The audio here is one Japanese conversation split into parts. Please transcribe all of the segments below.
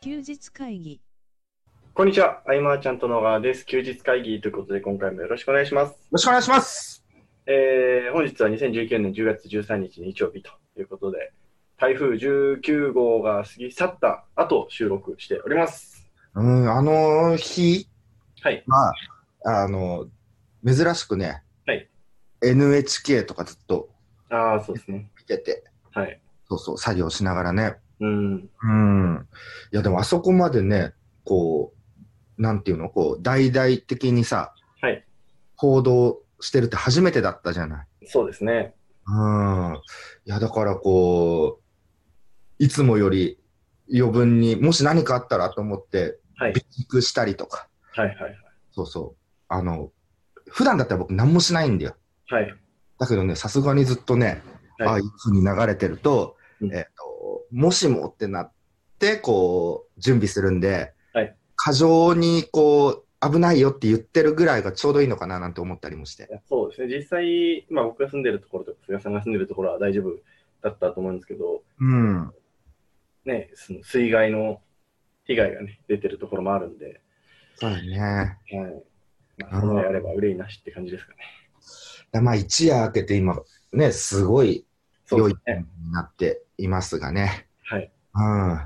休日会議こんにちは、アイマーちゃんと野川です。休日会議ということで、今回もよろしくお願いします。ろしくお願いします。えー、本日は2019年10月13日日曜日ということで、台風19号が過ぎ去った後、収録しております。うん、あの日はい。は、あの、珍しくね、はい、 NHK とかずっとああ、そうですね。見てて、はい。そうそう、作業しながらね。うん。うん。いや、でもあそこまでね、こう、なんていうの、こう、大々的にさ、はい。報道してるって初めてだったじゃない。そうですね。うん。いや、だからこう、いつもより余分に、もし何かあったらと思って、はい備蓄したりとか、はいはいはい。そうそう。あの、普段だったら僕何もしないんだよ。はい。だけどね、さすがにずっとね、はいああいうふうに流れてると、うんえっと、もしもってなって、こう、準備するんで、はい過剰にこう、危ないよって言ってるぐらいがちょうどいいのかななんて思ったりもしてい。やそうですね。実際、今僕が住んでるところとか、菅さんが住んでるところは大丈夫だったと思うんですけど、うん。ね、その水害の被害がね、出てるところもあるんで、そうだね。はい。まあ、そのやれば憂いなしって感じですかね。だまあ、一夜明けて今、ね、すごいそう良でいす天ね。気になっていますがね。はい。うん。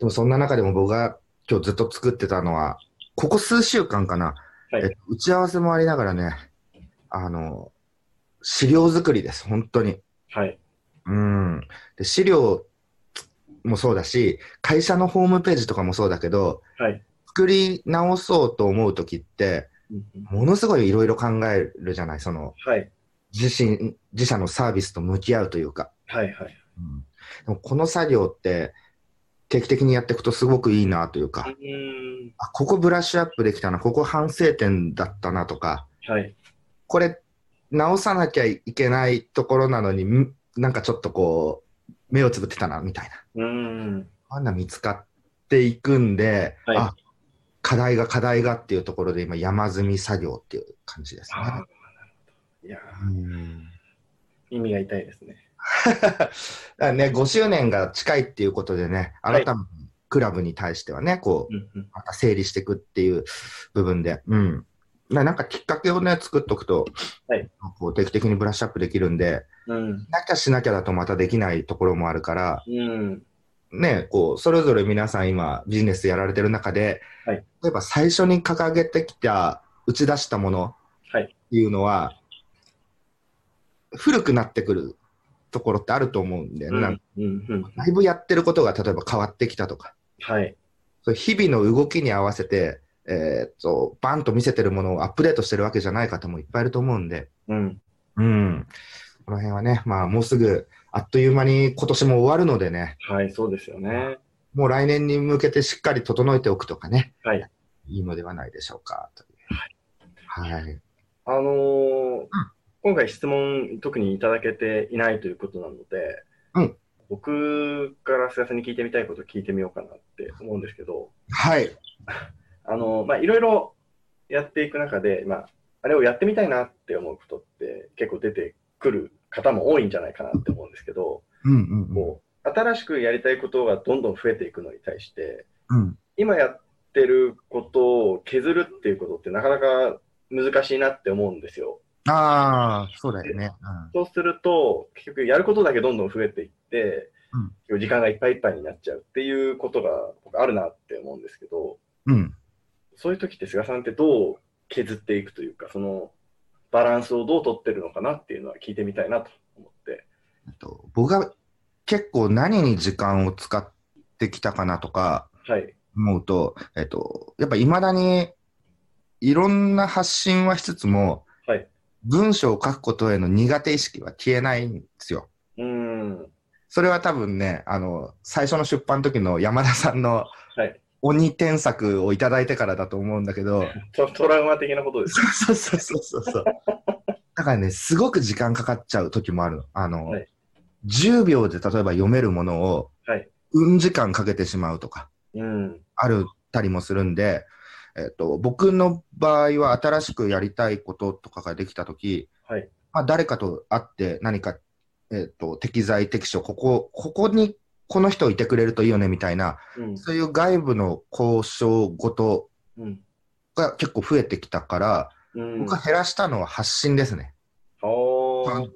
でもそんな中でも僕が今日ずっと作ってたのは、ここ数週間かな、はいえっと打ち合わせもありながらね、あの、資料作りです、本当に。はい。うん。で資料もそうだし、会社のホームページとかもそうだけど、はい。作り直そうと思うときって、うんうんものすごいいろいろ考えるじゃない、その、はい。自身、自社のサービスと向き合うというか。はい。はい。うんでもこの作業って定期的にやっていくとすごくいいなというか、うーん。あここブラッシュアップできたなここ反省点だったなとかはい。これ直さなきゃいけないところなのにんなんかちょっとこう目をつぶってたなみたいなうーん。あんな見つかっていくんで、はいあ課題が課題がっていうところで今山積み作業っていう感じですあーなるほね。ど。いやー、うん 耳が痛いですね。だからね、5周年が近いっていうことでね、改はめいてクラブに対してはね、こう、うんうん。また整理していくっていう部分で、うん。ななんかきっかけをね、作っとくと、はいこう定期的にブラッシュアップできるんで、うん。なきゃしなきゃだとまたできないところもあるから、うん。ね、こう、それぞれ皆さん今、ビジネスやられてる中で、はい例えば最初に掲げてきた、打ち出したものはいっていうのは、古くなってくるところってあると思うんだようね。ん。うなんかん。うん。だいぶやってることが例えば変わってきたとか、はい。そう日々の動きに合わせて、えーっと、バンと見せてるものをアップデートしてるわけじゃない方もいっぱいいると思うんで、うん。うん。この辺はね、まあもうすぐ、あっという間に今年も終わるのでね、はい。そうですよね。もう来年に向けてしっかり整えておくとかね、はい。いいのではないでしょうか、という。はい。あのー今回質問特にいただけていないということなので、うん僕から菅さんに聞いてみたいことを聞いてみようかなって思うんですけど、はい。あのーまあ、いろいろやっていく中で、まあ、あれをやってみたいなって思うことって結構出てくる方も多いんじゃないかなって思うんですけど、うんうんうん。こう新しくやりたいことがどんどん増えていくのに対して、うん今やってることを削るっていうことってなかなか難しいなって思うんですよ。ああ、そうだよね。そうすると、結局やることだけどんどん増えていって、うん結局時間がいっぱいいっぱいになっちゃうっていうことが僕あるなって思うんですけど、うん。うん。そういう時って菅さんってどう削っていくというか、そのバランスをどう取ってるのかなっていうのは聞いてみたいなと思って。あと僕が結構何に時間を使ってきたかなとか、はい。思うと、えっと、やっぱいまだにいろんな発信はしつつも、はい文章を書くことへの苦手意識は消えないんですよ。うーん。それは多分ね、あの、最初の出版の時の山田さんのはい鬼添削をいただいてからだと思うんだけど、トトラウマ的なことです。そうそうそうそうそう。だからね、すごく時間かかっちゃう時もあるの。あの、はい10秒で例えば読めるものを、はいうん時間かけてしまうとか。うん。あるたりもするんで、えっと僕の場合は新しくやりたいこととかができたとき、はいまあ、誰かと会って何か、えっと適材適所ここここにこの人いてくれるといいよねみたいな、うんそういう外部の交渉ごとうんが結構増えてきたから、うん僕は減らしたのは発信ですね。おー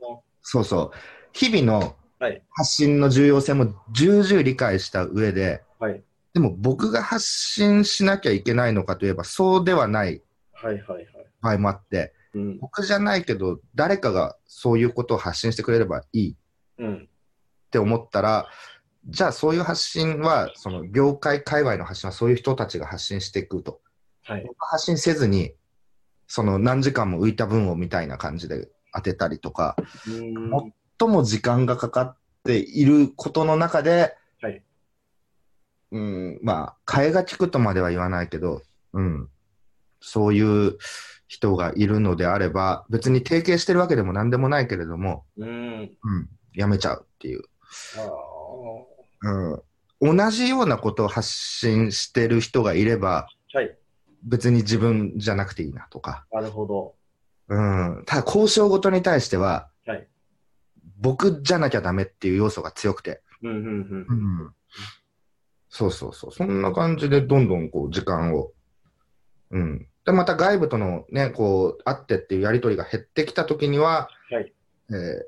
そうそう。日々のはい発信の重要性も重々理解した上で、はいでも僕が発信しなきゃいけないのかといえばそうではないはいはいはい。場合もあって、うん僕じゃないけど誰かがそういうことを発信してくれればいいうんって思ったら、じゃあそういう発信は、その業界界隈の発信はそういう人たちが発信していくと。はい僕は発信せずに、その何時間も浮いた分をみたいな感じで当てたりとか、うんもとも時間がかかっていることの中で、はいうん、まあ、替えが利くとまでは言わないけど、うん、そういう人がいるのであれば、別に提携してるわけでも何でもないけれども、うんうん、やめちゃうっていう。あーうん、同じようなことを発信してる人がいれば、はい別に自分じゃなくていいなとか、なるほど。うん、ただ交渉ごとに対しては、はい僕じゃなきゃダメっていう要素が強くて、うんうんうんそうそうそう、そんな感じでどんどんこう時間を、うん、でまた外部とのね、こう会ってっていうやり取りが減ってきたときには、はいえー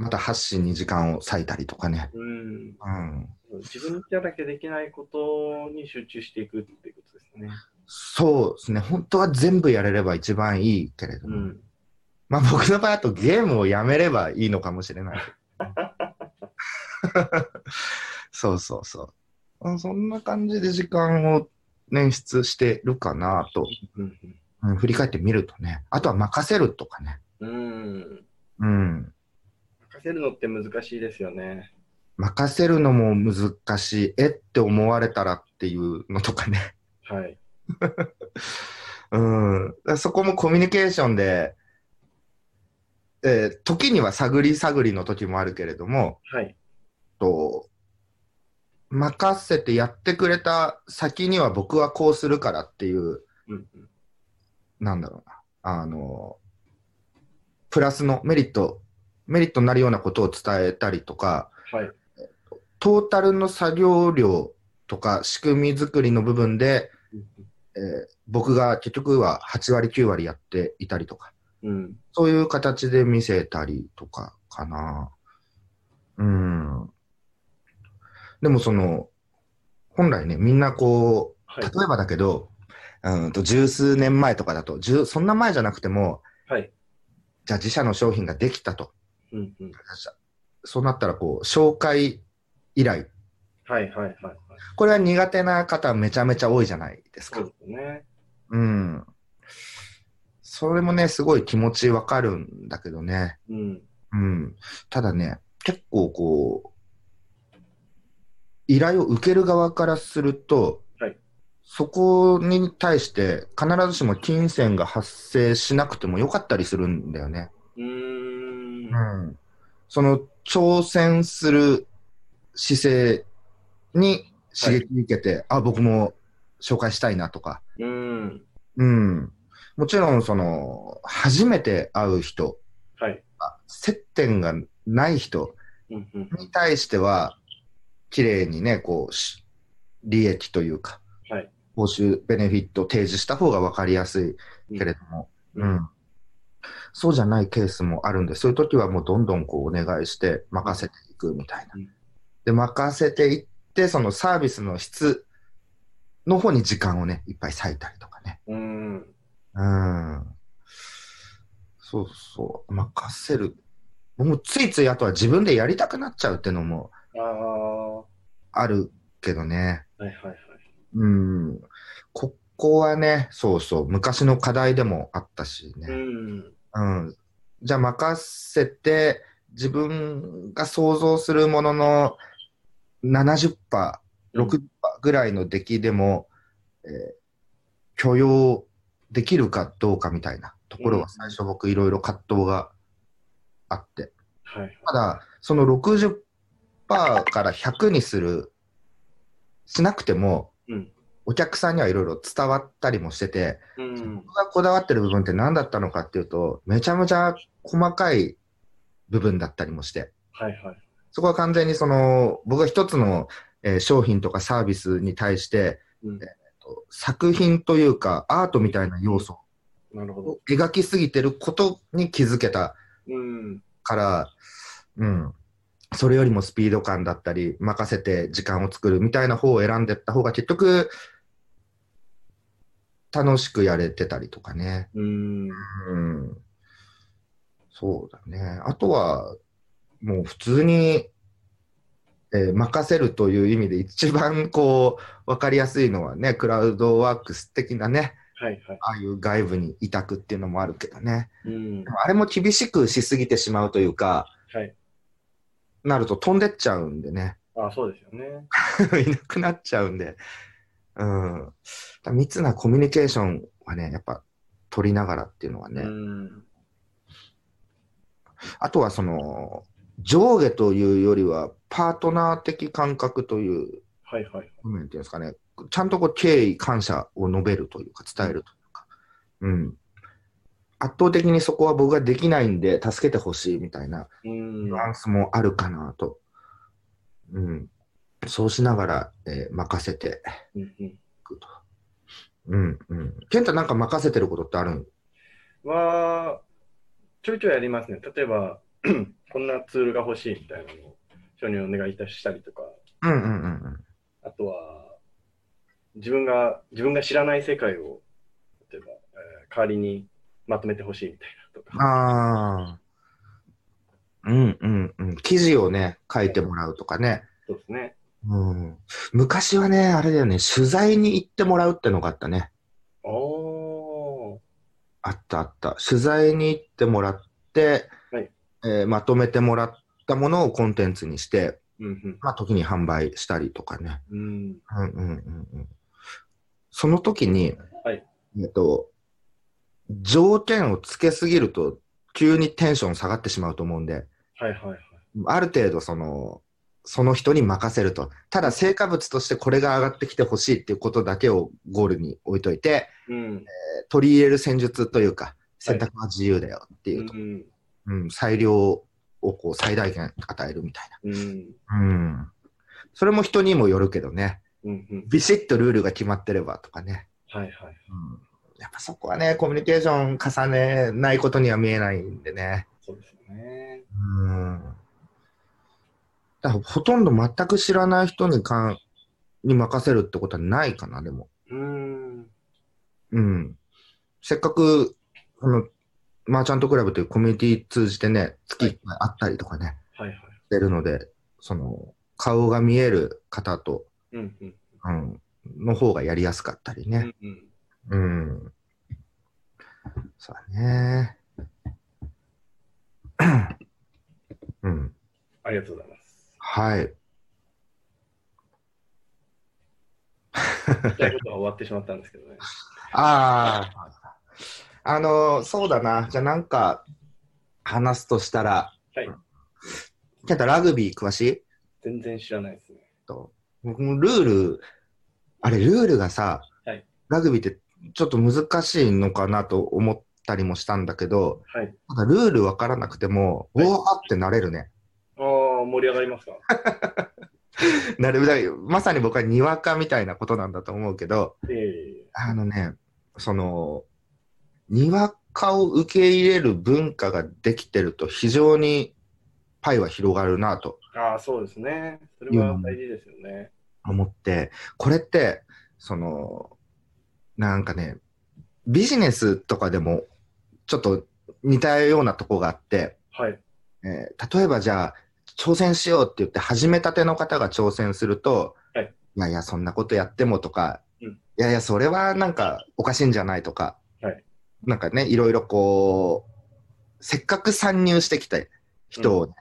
また発信に時間を割いたりとかね。うんうん自分じゃなきゃできないことに集中していくっていうことですね。そうですね、本当は全部やれれば一番いいけれどうも、ん。まあ僕の場合、あとゲームをやめればいいのかもしれない。そうそうそうあ。そんな感じで時間を捻出してるかなと、うんうん振り返ってみるとね、あとは任せるとかね、うん。うん、任せるのって難しいですよね。任せるのも難しい、えって思われたらっていうのとかね、 はい。うん、だからそこもコミュニケーションで、えー時には探り探りの時もあるけれども、はい。と任せてやってくれた先には僕はこうするからっていう、うんうんなんだろうな、あの、プラスのメリット、メリットになるようなことを伝えたりとか、はい。トータルの作業量とか仕組み作りの部分で、えー僕が結局は8割9割やっていたりとか、うん。そういう形で見せたりとかかな。うん。でもその、本来ね、みんなこう、は例い。えばだけど、うんと十数年前とかだと、十そんな前じゃなくても、はい。じゃあ自社の商品ができたと。うんうん。そうなったらこう、紹介依頼。はいはいはいはい。これは苦手な方めちゃめちゃ多いじゃないですそうかで。すね。うん。それもね、すごい気持ちわかるんだけどね。うん。うん、ただね、結構こう、依頼を受ける側からすると、はいそこに対して必ずしも金銭が発生しなくてもよかったりするんだよね。うーん。ん、その挑戦する姿勢に刺激受けて、あ、僕も紹介したいなとか、うん。うん、もちろんその初めて会う人、はい。接点がない人、うんうんに対しては、綺麗にね、こうし、利益というか、はい報酬、ベネフィットを提示した方が分かりやすういんけれども、ううんんそうじゃないケースもあるんで、そういう時はもうどんどんこうお願いして、任せていくみたいな。うんで、任せていって、そのサービスの質の方に時間をね、いっぱい割いたりとかね。うん。うん。そうそう、任せる。もうついついあとは自分でやりたくなっちゃうっていうのもああ。はあるけどね。いはいはい。うん。ここはね、そうそう、昔の課題でもあったしうね。ん。うん。じゃあ任せて、自分が想像するものの70%、60%ぐらいの出来でも、えー許容できるかどうかみたいなところは最初僕いろいろ葛藤があって。はい。ただ、その60%から100にする、しなくても、うんお客さんにはいろいろ伝わったりもしてて、うん。僕がこだわってる部分って何だったのかっていうと、めちゃめちゃ細かい部分だったりもして、はいはい。そこは完全にその僕が一つの、えー商品とかサービスに対して、うんえーと作品というかアートみたいな要素なるほどを。描きすぎてることに気づけたうん。から、うん、それよりもスピード感だったり任せて時間を作るみたいな方を選んでった方が結局楽しくやれてたりとかね。うん。うんそうだね。あとは、もう普通に、えー任せるという意味で一番こう、わかりやすいのはね、クラウドワークス的なね、はいはい。ああいう外部に委託っていうのもあるけどね。うんで。もあれも厳しくしすぎてしまうというか、はい。なると飛んでっちゃうんでね。 あ、そうですよね。いなくなっちゃうんで。うん。だから密なコミュニケーションはね、やっぱ取りながらっていうのはね、うん。あとはその上下というよりはパートナー的感覚というはいはい。部面っていうんですかね、ちゃんとこう敬意、感謝を述べるというか、伝えるというか、うん、圧倒的にそこは僕ができないんで、助けてほしいみたいなうん。ニュなアンスもあるかなと、うん、そうしながら、えー任せていくと。うんうん、健太なんか任せてることってあるんは、ちょいちょいありますね。例えば、 こんなツールが欲しいみたいなのを人にお願いいたしたりとか、うんうんうんあとは、自分が、自分が知らない世界を、例えば、えー代わりにまとめてほしいみたいなとうん。か、ああ。うんうんうん。記事をね、書いてもらうとかね。そうですね。うん、昔はね、あれだよね、取材に行ってもらうってのがあったね。おー、あったあった。取材に行ってもらって、はいえーまとめてもらったものをコンテンツにして、うんまあ、時に販売したりとかね。うん。うん。うんうんうんうん、その時に、はいえっと、条件をつけすぎると、急にテンション下がってしまうと思うんで、はいはいはい。ある程度その、その人に任せると。ただ、成果物としてこれが上がってきてほしいっていうことだけをゴールに置いといて、うん。取り入れる戦術というか、選択は自由だよっていうと、うん。うん、裁量をこう最大限与えるみたいうん。な。うん。それも人にもよるけどね、うん。うん。ビシッとルールが決まってればとかね。はいはい。うん、やっぱそこはね、コミュニケーション重ねないことには見えないんでね。そうですよね。うんだからほとんど全く知らない人にかんに任せるってことはないかな、でも。うん。うん。せっかく、あの、マーチャントクラブというコミュニティ通じてね、月1回会ったりとかね、はいはい。してるので、その、顔が見える方と、うん。うん。うん、の方がやりやすかったりうね。ん。うん。うん。そうだね。うん。ありがとうございます。はい。言いたいことが終わってしまったんですけどね。ああ。あの、そうだな。じゃあなんか、話すとしたら、はい。ケンタラグビー詳しい全然知らないですね。と僕もルール、あれ、ルールがさ、はいラグビーってちょっと難しいのかなと思ったりもしたんだけど、はい。なんかルールわからなくても、はいうわーってなれるね。ああ、盛り上がりますか。なるだからまさに僕はにわかみたいなことなんだと思うけど、ええあのね、その、にわかを受け入れる文化ができてると非常にパイは広がるなとああ、そうですね。それは大事ですよね。思って、これって、その、なんかね、ビジネスとかでもちょっと似たようなとこがあって、はい。えー例えばじゃあ、挑戦しようって言って始めたての方が挑戦すると、はい、やいや、そんなことやってもとか、うんいやいや、それはなんかおかしいんじゃないとか、はいなんかね、いろいろこう、せっかく参入してきた人をね、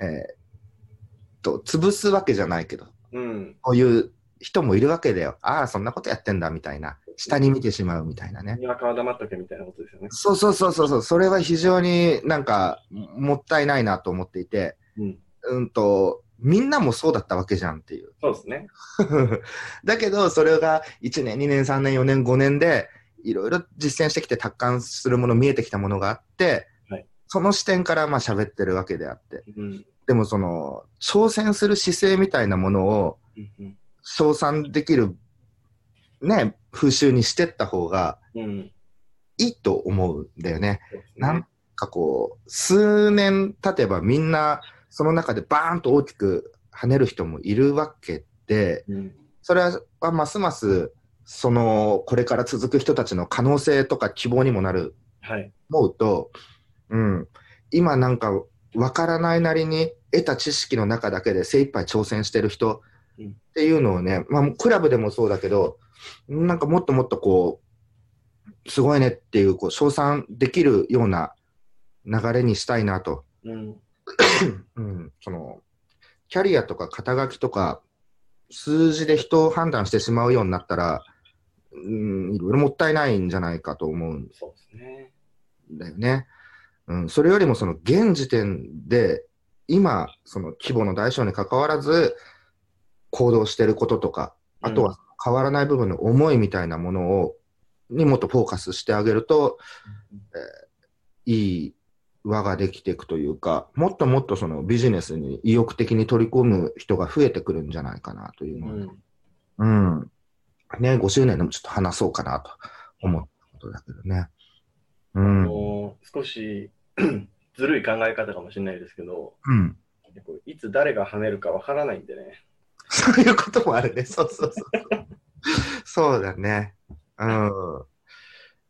えーと、潰すわけじゃないけど、うん。こういう人もいるわけだよ。ああ、そんなことやってんだみたいな、下に見てしまうみたいなね。にわかは黙っとけみたいなことですよね。そうそうそうそうそう、それは非常になんかもったいないなと思っていて、うん。うんと、みんなもそうだったわけじゃんっていう。 そうですね。だけど、それが1年、2年、3年、4年、5年で、いろいろ実践してきて、達観するもの、見えてきたものがあって、はいその視点からまあ喋ってるわけであって。うんでもその、挑戦する姿勢みたいなものをうんうん称賛できる、ね、風習にしてった方がうんいいと思うんだよね。そうですねなんかこう、数年経てばみんなその中でバーンと大きく跳ねる人もいるわけで、うんそれはますます、その、これから続く人たちの可能性とか希望にもなるはい。思うと、うん、今なんか分からないなりに得た知識の中だけで精一杯挑戦してる人うんっていうのをね、まあ、クラブでもそうだけどなんかもっともっとこうすごいねっていうこう称賛できるような流れにしたいなと、うん。うん、そのキャリアとか肩書きとか数字で人を判断してしまうようになったら、うん、いろいろもったいないんじゃないかと思うんそうですね。。だよね。うん、それよりもその現時点で今その規模の大小に関わらず行動してることとかあとは変わらない部分の思いみたいなものをにもっとフォーカスしてあげるといい輪ができていくというかもっともっとそのビジネスに意欲的に取り込む人が増えてくるんじゃないかなといううんのをうね、んうんね、5周年でもちょっと話そうかなと思ったことだけどね。うあんの少し ずるい考え方かもしれないですけど、うんこういつ誰が跳ねるかわからないんでね。そういうこともあるね。そうそうそう。そうだね。うん。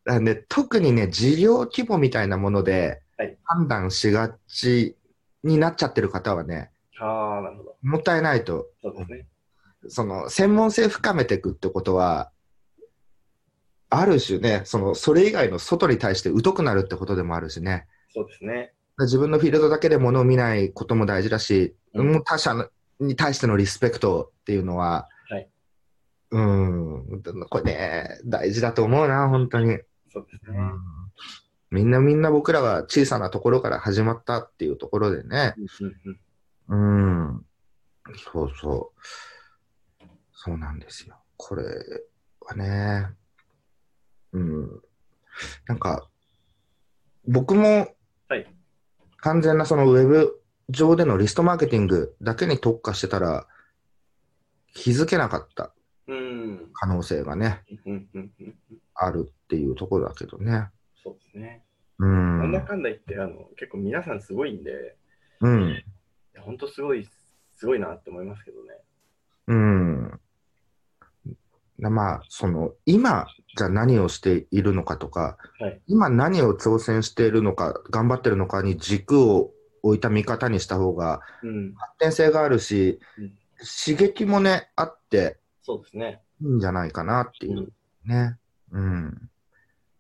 だね、特にね、事業規模みたいなものではい判断しがちになっちゃってる方はね、ああ、なるほど。もったいないと、そうですね。その専門性深めていくってことは、ある種ね、そのそれ以外の外に対して疎くなるってことでもあるしね、そうですね。自分のフィールドだけで物を見ないことも大事だし、うんもう他者に対してのリスペクトっていうのは、はいうん、これね、大事だと思うな、本当に。そうですね。みんなみんな僕らは小さなところから始まったっていうところでね、うんうんうんうん、そうそう、そうなんですよ。これはね、うん、なんか、僕も、はい完全なそのウェブ上でのリストマーケティングだけに特化してたら、気づけなかったうん。可能性がね、うんうんうんうんあるっていうところだけどね。そうですね。うなんん。だかんだ言って、あの結構皆さんすごいんで、うん。いや本当すごい、すごいなって思いますけどね。うん。まあ、その、今、じゃあ何をしているのかとか、はい今何を挑戦しているのか、頑張ってるのかに軸を置いた見方にした方が、うん。発展性があるしうん、刺激もね、あってそうですね。いいんじゃないかなっていううんね。うん。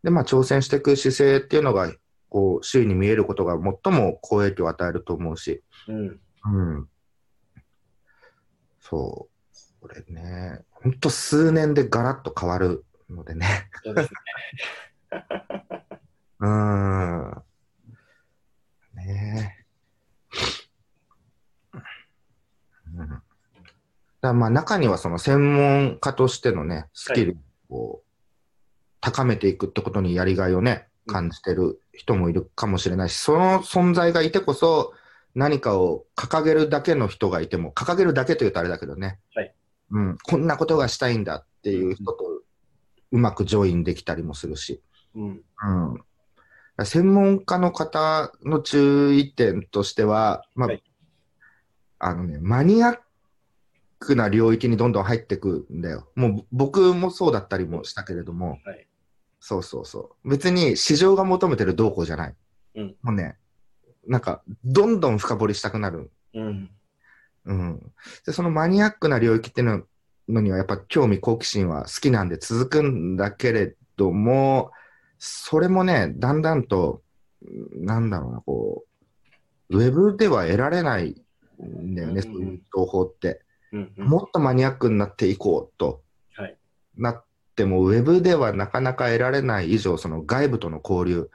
で、まあ、挑戦していく姿勢っていうのが、こう、周囲に見えることが最も好影響を与えると思うし。うん。うん。そう。これね、ほんと数年でガラッと変わるのでね。そうですね。うーん。ねえ。うん。だからまあ中にはその専門家としてのね、スキルを高めていくってことにやりがいをね、うん感じてる人もいるかもしれないし、その存在がいてこそ何かを掲げるだけの人がいても、掲げるだけというとあれだけどね、はいうん、こんなことがしたいんだっていう人とうまくジョインできたりもするし、うん。うん、専門家の方の注意点としては、まあはいあのね、マニアックな領域にどんどん入ってくんだよ。もう僕もそうだったりもしたけれども、はいそうそうそう。別に市場が求めてる動向じゃない。うんもうね、なんか、どんどん深掘りしたくなる。うん。うん、でそのマニアックな領域っていうののにはやっぱ興味好奇心は好きなんで続くんだけれどもそれもねだんだんとうんなんだろうなこうウェブでは得られないんだよね、うんうんそういう情報って、うん。うんもっとマニアックになっていこうと、はいなってもウェブではなかなか得られない以上その外部との交流、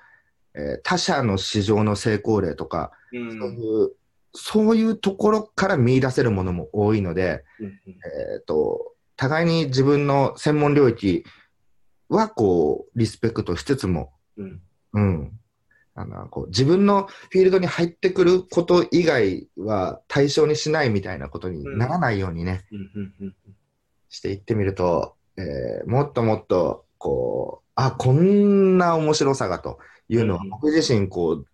えー他社の市場の成功例とか、うんそういう、そういうところから見出せるものも多いので、うんうんえっ、と、互いに自分の専門領域は、こう、リスペクトしつつも、うんうん。あのこう自分のフィールドに入ってくること以外は対象にしないみたいなことにならないようにね、うんうんうんしていってみると、えーもっともっとこうあこんな面白さがというのは、うん僕自身こう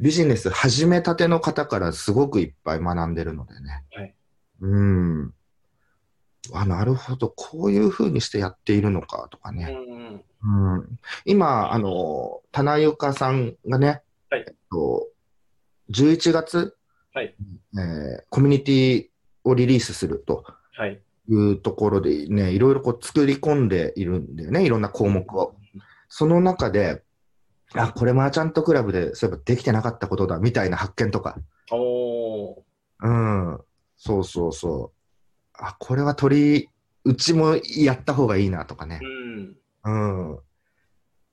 ビジネス始めたての方からすごくいっぱい学んでるのでね、はいうんあなるほどこういうふうにしてやっているのかとかね、うんうんうん、今、あの、田中由香さんがね、はいえっと、11月、はいえーコミュニティをリリースするとはい。いうところでね、いろいろこう作り込んでいるんだよね、いろんな項目を。その中で、あ、これマーチャントクラブでそういえばできてなかったことだみたいな発見とか、おー。うん、そうそうそう。あ、これは鳥、うちもやった方がいいなとかね。うん。うん。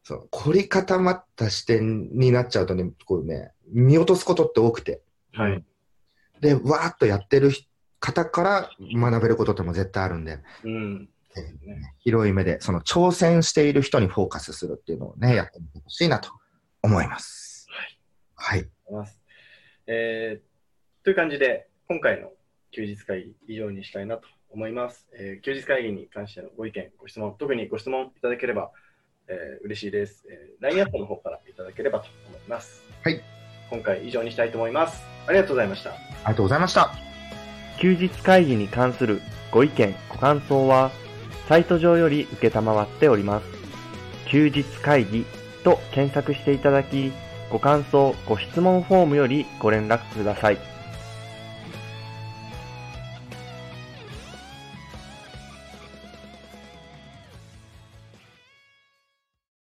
そう、凝り固まった視点になっちゃうとね、こうね、見落とすことって多くて。はい。で、わーっとやってる人方から学べることっても絶対あるんで、うん。そうですね。広い目で、その挑戦している人にフォーカスするっていうのをね、やってみてほしいなと思います。はい。ます。えーという感じで、今回の休日会議以上にしたいなと思います、えー休日会議に関してのご意見、ご質問、特にご質問いただければ、えー嬉しいです。えー LINE アットの方からいただければと思います。はい。今回以上にしたいと思います。ありがとうございました。ありがとうございました。休日会議に関するご意見、ご感想は、サイト上より受けたまわっております。休日会議と検索していただき、ご感想、ご質問フォームよりご連絡ください。